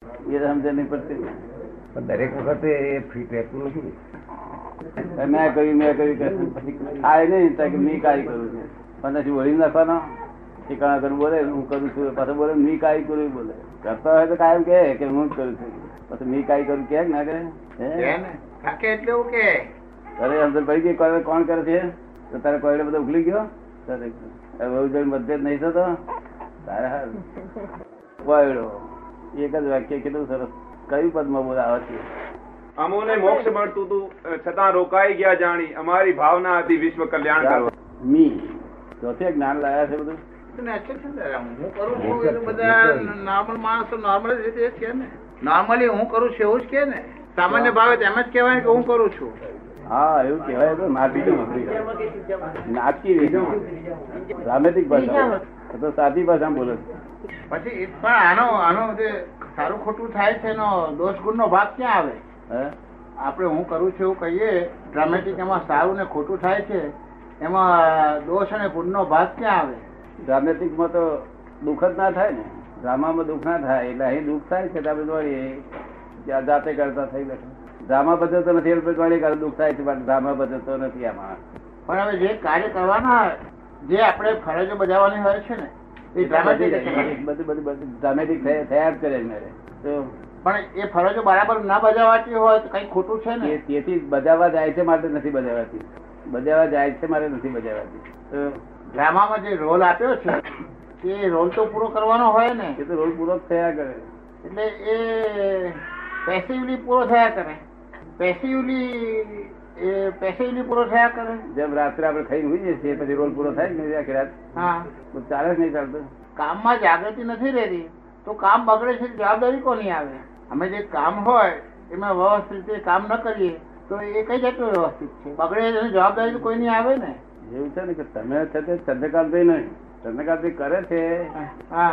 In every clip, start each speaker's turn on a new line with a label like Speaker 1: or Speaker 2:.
Speaker 1: એ સમજણ નહીં પડતી
Speaker 2: પણ દરેક વખતે એ ફિટ રહેતું નથી
Speaker 1: મેં કર્યું મેં કર્યું કે પછી આ નહીં તો કે મેં કાંઈ કરું છે પણ પછી વળી નાખવાનો એ કાં કરું બોલે હું કરું છું પાછો બોલે મેં કાંઈ કર્યું બોલે કરતા હોય તો કાયમ કહે કે હું જ કરું છું પછી મેં કાંઈ કરું કે ના કરે હે?
Speaker 3: કાકે એટલે એવું કે
Speaker 1: તારે અંદર પડી ગઈ કોણ કોણ કરે છે તો તારે કોયડો બધો ઉખલી ગયો તારે બહુ જણ મતભેદ નહીં થતો તારે હારું. કોયડો એક જ વાક્ય કેટલું સરસ કયું પદમાં બોલાવે છે
Speaker 4: અમોને મોક્ષ મળતું તું અ, છતાં રોકાઈ ગયા જાણી અમારી ભાવના હતી વિશ્વ કલ્યાણ કરવા
Speaker 1: મી ચોથે જ્ઞાન લાયા છે બધું
Speaker 3: ને એટલે છે ને, હું કરું છું એટલે બધા normal માણસો normal જ રીતે છે ને નોર્મલી હું કરું છું એવું જ કે ને સામાન્ય ભાવે તો એમ જ કહેવાય કે હું કરું છું
Speaker 1: હા એવું કહેવાય તો નાટકી નાટકી રીતમાં. ડ્રામેટિક ભાષા એ તો સાદી ભાષામાં બોલે છે.
Speaker 3: પછી એ પણ આનો આનો જે સારું ખોટું થાય છે એનો દોષ ગુણનો ભાગ ક્યાં આવે
Speaker 1: હે?
Speaker 3: આપણે હું કરું છું એવું કહીએ ડ્રામેટિક એમાં સારું ને ખોટું થાય છે એમાં દોષ અને ગુણનો ભાગ ક્યાં આવે
Speaker 1: ડ્રામેટિકમાં તો દુઃખ જ ના થાય ને ડ્રામામાં દુઃખ ના થાય એટલે અહીં દુઃખ થાય છે તો આપણે દોડીએ કે આ જાતે કરતા થઈ બેઠા ડ્રામા બચતો નથી એટલે દોડી કરે દુઃખ થાય છે પણ ડ્રામા બચતો નથી આમાં
Speaker 3: પણ હવે જે કાર્ય કરવાના જે આપણે ફરજો બજાવવાની હોય છે ને એ ડ્રામેટિક જ છે.
Speaker 1: બધું બધું બધું ડ્રામેટિક થયા થયા જ કરે છે મારે તો
Speaker 3: પણ એ ફરજો બરાબર ના બજાવાતી હોય તો કઈ ખોટું છે ને
Speaker 1: તે- તેથી જ બજાવવા જાય છે માટે નથી બજાવાતી બજાવવા જાય છે માટે નથી બજાવાતી તો
Speaker 3: ડ્રામામાં જે રોલ આપ્યો છે એ રોલ તો પૂરો કરવાનો હોય ને
Speaker 1: એ તો રોલ પૂરો જ થયા કરે
Speaker 3: એટલે એ પેસિવલી પૂરો થયા કરે પેસિવલી એ પેસિવલી પૂરો થયા કરે
Speaker 1: જેમ રાત્રે આપણે ખાઈને હોઈએ છીએ પછી રોલ પૂરો થાય ને આખી રાત
Speaker 3: હા
Speaker 1: તો ચાલે જ નહીં ચાલતું
Speaker 3: કામમાં જાગૃતિ નથી રહેતી તો કામ બગડે છે જવાબદારી કોની આવે અમે જે કામ હોય એમાં વ્યવસ્થિત રીતે કામ ન કરીએ તો એ કઈ જાતનું વ્યવસ્થિત છે બગડે એની જવાબદારી તો કોઈની આવે ને
Speaker 1: એવું છે ને કે તમે છે તે ચંદ્રકાંતભાઈ નહીં ચંદ્રકાંતભાઈ કરે છે
Speaker 3: હા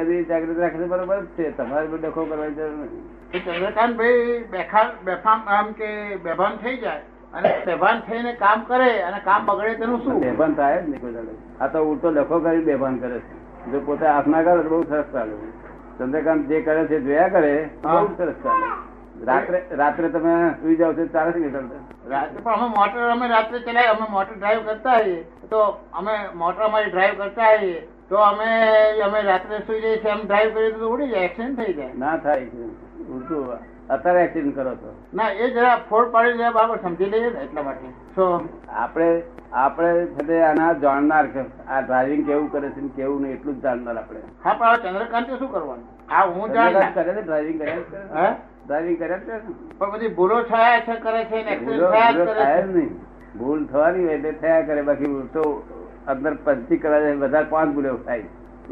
Speaker 1: એ હજી જાગૃતિ રાખે છે બરોબર જ છે તમારે બી ડખો કરવાની જરૂર નહીં
Speaker 3: એ ચંદ્રકાંતભાઈ બેખા બેફામ આમ કે બેભાન થઈ જાય અને બેભાન થઈને કામ કરે અને કામ બગડે તેનું શું
Speaker 1: બેભાન થાય જ નહીં કોઈ દાડે. આ તો ઉલટો લખો કરી બેભાન કરે છે જો પોતે હાથ ના કરે તો બહુ સરસ ચાલે ચંદ્રકાંત જે કરે છે જોયા કરે બહુ સરસ ચાલે રાત્રે રાત્રે તમે સુઈ જાવ છો તો ચાલે છે કે ચાલતા?
Speaker 3: રાત્રે પણ અમે મોટર અમે રાત્રે ચલાવીએ અમે મોટર ડ્રાઈવ કરતા હોઈએ તો અમે મોટર અમારી ડ્રાઈવ કરતા હોઈએ તો અમે અમે રાત્રે સુઈ જઈએ છીએ, એમ ડ્રાઈવ કરીએ તો ઉડી જાય એક્સિડન્ટ થઈ જાય
Speaker 1: ના થાય છે ઉલટું અત્યારે એક્સિડન્ટ કરો છો
Speaker 3: ના એ જરા ફોડ પાડી જરા બરાબર સમજી લઈએ ને એટલા માટે તો
Speaker 1: આપણે આપણે છતે આના જાણનાર છે આ ડ્રાઇવિંગ કેવું કરે છે ને કેવું નહીં એટલું જ જાણનાર આપણે
Speaker 3: હા પણ હવે ચંદ્રકાંતે શું કરવાનું આ હું જાણ
Speaker 1: કરે છે ડ્રાઇવિંગ કરે છે
Speaker 3: હે
Speaker 1: ડ્રાઇવિંગ કરે છે
Speaker 3: પણ બધી ભૂલો થયા છે કરે છે ને
Speaker 1: ભૂલો
Speaker 3: એક્સિડન્ટ થયા જ
Speaker 1: ભૂલો થાય જ
Speaker 3: કરે છે
Speaker 1: નહીં ભૂલ થવાની હોય એટલે થયા કરે બાકી ભૂલ તો અંદર પંચી કરવા જાય વધારે પાંચ ભૂલો થાય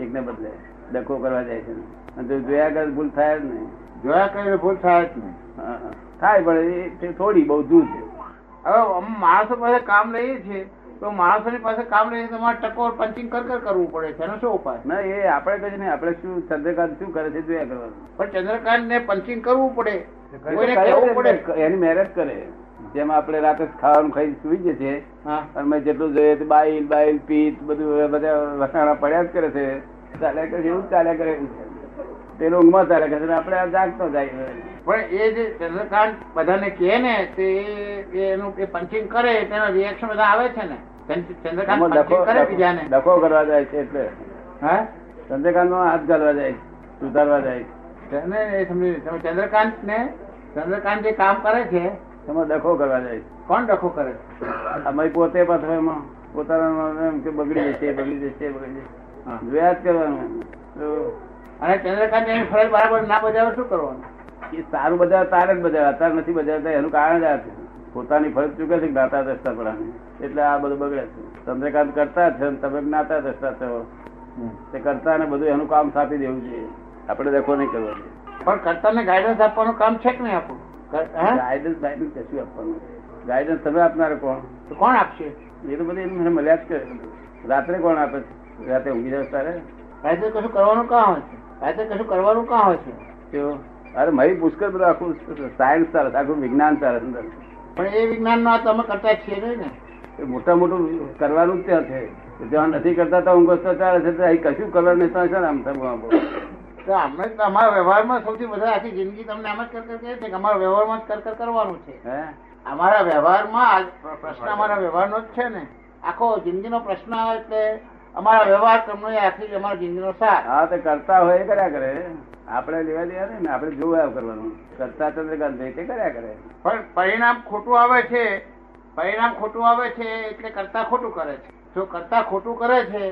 Speaker 1: એકને બદલે ડખો કરવા જાય છે અને જો જોયા કરે ભૂલ થાય જ નહીં
Speaker 3: જોયા કરીને ભૂલ થાય જ નહીં
Speaker 1: હા, હા. થાય પણ એ- તે થોડી બહુ દૂર છે
Speaker 3: હવે અમે માણસો પાસે કામ લઈએ છીએ તો માણસોની પાસે કામ લઈએ તો મારે ટકોર પંચિંગ કર કર કરવું પડે છે એનો શું ઉપાય
Speaker 1: ના એ આપણે કહીએ ને આપણે શું ચંદ્રકાંત શું કરે છે જોયા કરવાનું
Speaker 3: પણ ચંદ્રકાંત ને પંચિંગ કરવું પડે કોઈને કહેવું પડે
Speaker 1: એની મેરેજ કરે જેમ આપણે રાતે ખાવાનું ખાઈ સુઈ જશે
Speaker 3: હા
Speaker 1: અને મેં જેટલું જોઈએ તે બાઈલ બાઈલ પીત બધું એ બધા વસાણા પડ્યા જ કરે છે ચાલ્યા કરે છે, એવું જ ચાલ્યા કરે છે. પેલો ઊંઘમાં ચાલ્યા કરે છે અને આપણે આ જાગતો જાય
Speaker 3: પણ એ જે ચંદ્રકાંત બધાને કહે ને તે એ- એનું એ પંચિંગ કરે તેનો રિએક્શન બધા આવે છે ને ચંદ- ચંદ્રકાંત
Speaker 1: આમાં
Speaker 3: પંચિંગ
Speaker 1: ડખો-
Speaker 3: કરે બીજાને
Speaker 1: ડખો ડખો કરવા જાય છે એટલે
Speaker 3: હા
Speaker 1: ચંદ્રકાંતમાં હાથ ઘાલવા જાય છે સુધારવા જાય છે
Speaker 3: તને એ સમજી તમે ચંદ્રકાંત ને ચંદ્રકાંત જે કામ કરે છે
Speaker 1: એમાં ડખો કરવા જાય છે
Speaker 3: કોણ ડખો કરે છે
Speaker 1: અમે પોતે પાછો એમાં પોતાના એમ કે બગડી જશે બગડી જશે બગડી જશે જોયા જ કરવાનું તો
Speaker 3: અને ચંદ્રકાંત એની ફરજ બરાબર ના બજાવે શું કરવાનું
Speaker 1: એ સારું બજાવે તારે જ બજાવે અત્યારે નથી બજાવતા એનું કારણ જ આ છે પોતાની ફરજ ચૂકે છે જ્ઞાતા દ્રષ્ટા પડાની એટલે આ બધું બગડે છે ચંદ્રકાંત કરતા છે અને તમે જ્ઞાતા દ્રષ્ટા છો તે કરતા ને બધું એનું કામ સાપી દેવું જોઈએ આપણે દેખો નહીં કરવો જોઈએ
Speaker 3: પણ કર્તાને ગાઈડન્સ આપવાનું કામ છે કે નહીં આપણું કર- હે?
Speaker 1: ગાઈડન્સ ગાઈડન્સ કશું આપવાનું ગાઈડન્સ તમે આપનાર કોણ
Speaker 3: તો કોણ આપશે
Speaker 1: એ તો બધી એની મને મળ્યા જ કરે રાત્રે કોણ આપે છે રાતે ઊંઘી જાવ તારે
Speaker 3: રાત્રે કશું કરવાનું કાં હોય છે રાત્રે કશું કરવાનું કાં હોય છે
Speaker 1: તેઓ અરે મારી પુષ્કળ બધું આખું સાયન્સ ચાલે છે, આખું વિજ્ઞાન ચાલે છે અંદર
Speaker 3: પણ એ વિજ્ઞાનમાં તો અમે કરતા છીએ નહીં ને
Speaker 1: એ મોટા મોટું કરવાનું જ ત્યાં છે જ્યાં નથી કરતા તો ઊંઘો તો ચાલે છે તો અહીં કશું કરવા નહીં તો છે ને આમ થવું આમ.
Speaker 3: તો અમે જ અમારા વ્યવહારમાં સૌથી વધારે આખી જિંદગી તમને આમ જ કર કર કહે છે કે અમારા વ્યવહારમાં જ કર કર કરવાનું છે
Speaker 1: હે
Speaker 3: અમારા વ્યવહારમાં આ પ્ર- પ્રશ્ન અમારા વ્યવહારનો જ છે ને આખો જિંદગીનો પ્રશ્ન આવે એટલે અમારા વ્યવહાર તમને આખી અમારા જિંદગીનો સાર
Speaker 1: હા તે કરતા હોય એ કર્યા કરે આપણે લેવા દેવા નહીં ને આપણે જોવા કરવાનું કરતા ચંદ્રકાંત ભાઈ તે કર્યા કરે
Speaker 3: પણ પરિણામ ખોટું આવે છે પરિણામ ખોટું આવે છે એટલે કરતા ખોટું કરે છે જો કરતા ખોટું કરે છે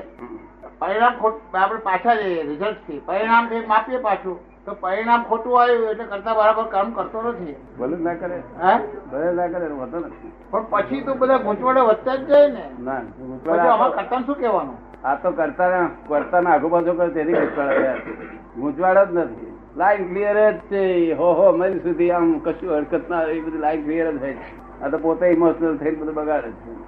Speaker 3: પરિણામ ખોટું આપણે પાછા જઈએ રિઝલ્ટ થી પરિણામ કંઈક માપીએ પાછું તો પરિણામ ખોટું આવ્યું એટલે કરતા બરાબર કામ કરતો નથી
Speaker 1: ભલે ના કરે
Speaker 3: હા
Speaker 1: ભલે ના કરે એનો વાંધો નથી
Speaker 3: પણ પછી તો બધા ગૂંચવડે વધતા જ જાય ને
Speaker 1: ના
Speaker 3: પછી અમારે
Speaker 1: ગુંચવાડા
Speaker 3: કરતા શું કહેવાનું
Speaker 1: આ તો કરતા ના કરતા ના આજુબાજુ કરે તેની ગુંચવાડા થયા છે. ગુંચવાડા જ નથી લાઈન ક્લિયર જ છે હો હો મરી સુધી આમ કશું હરકત ના રહી બધી લાઈન ક્લિયર જ હોય છે. આ તો પોતે ઇમોશનલ થઈને બધું બગાડે છે